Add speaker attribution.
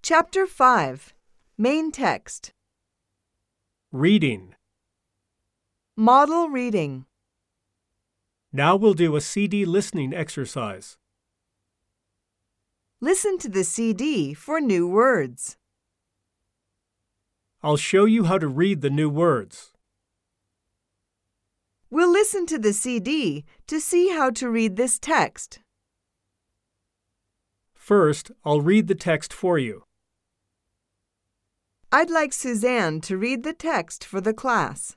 Speaker 1: Chapter 5 Main Text
Speaker 2: Reading.
Speaker 1: Model Reading
Speaker 2: Now we'll do a CD listening exercise.
Speaker 1: Listen to the CD for new words.
Speaker 2: I'll show you how to read the new words.
Speaker 1: We'll listen to the CD to see how to read this text.
Speaker 2: First, I'll read the text for you.
Speaker 1: I'd like Suzanne to read the text for the class.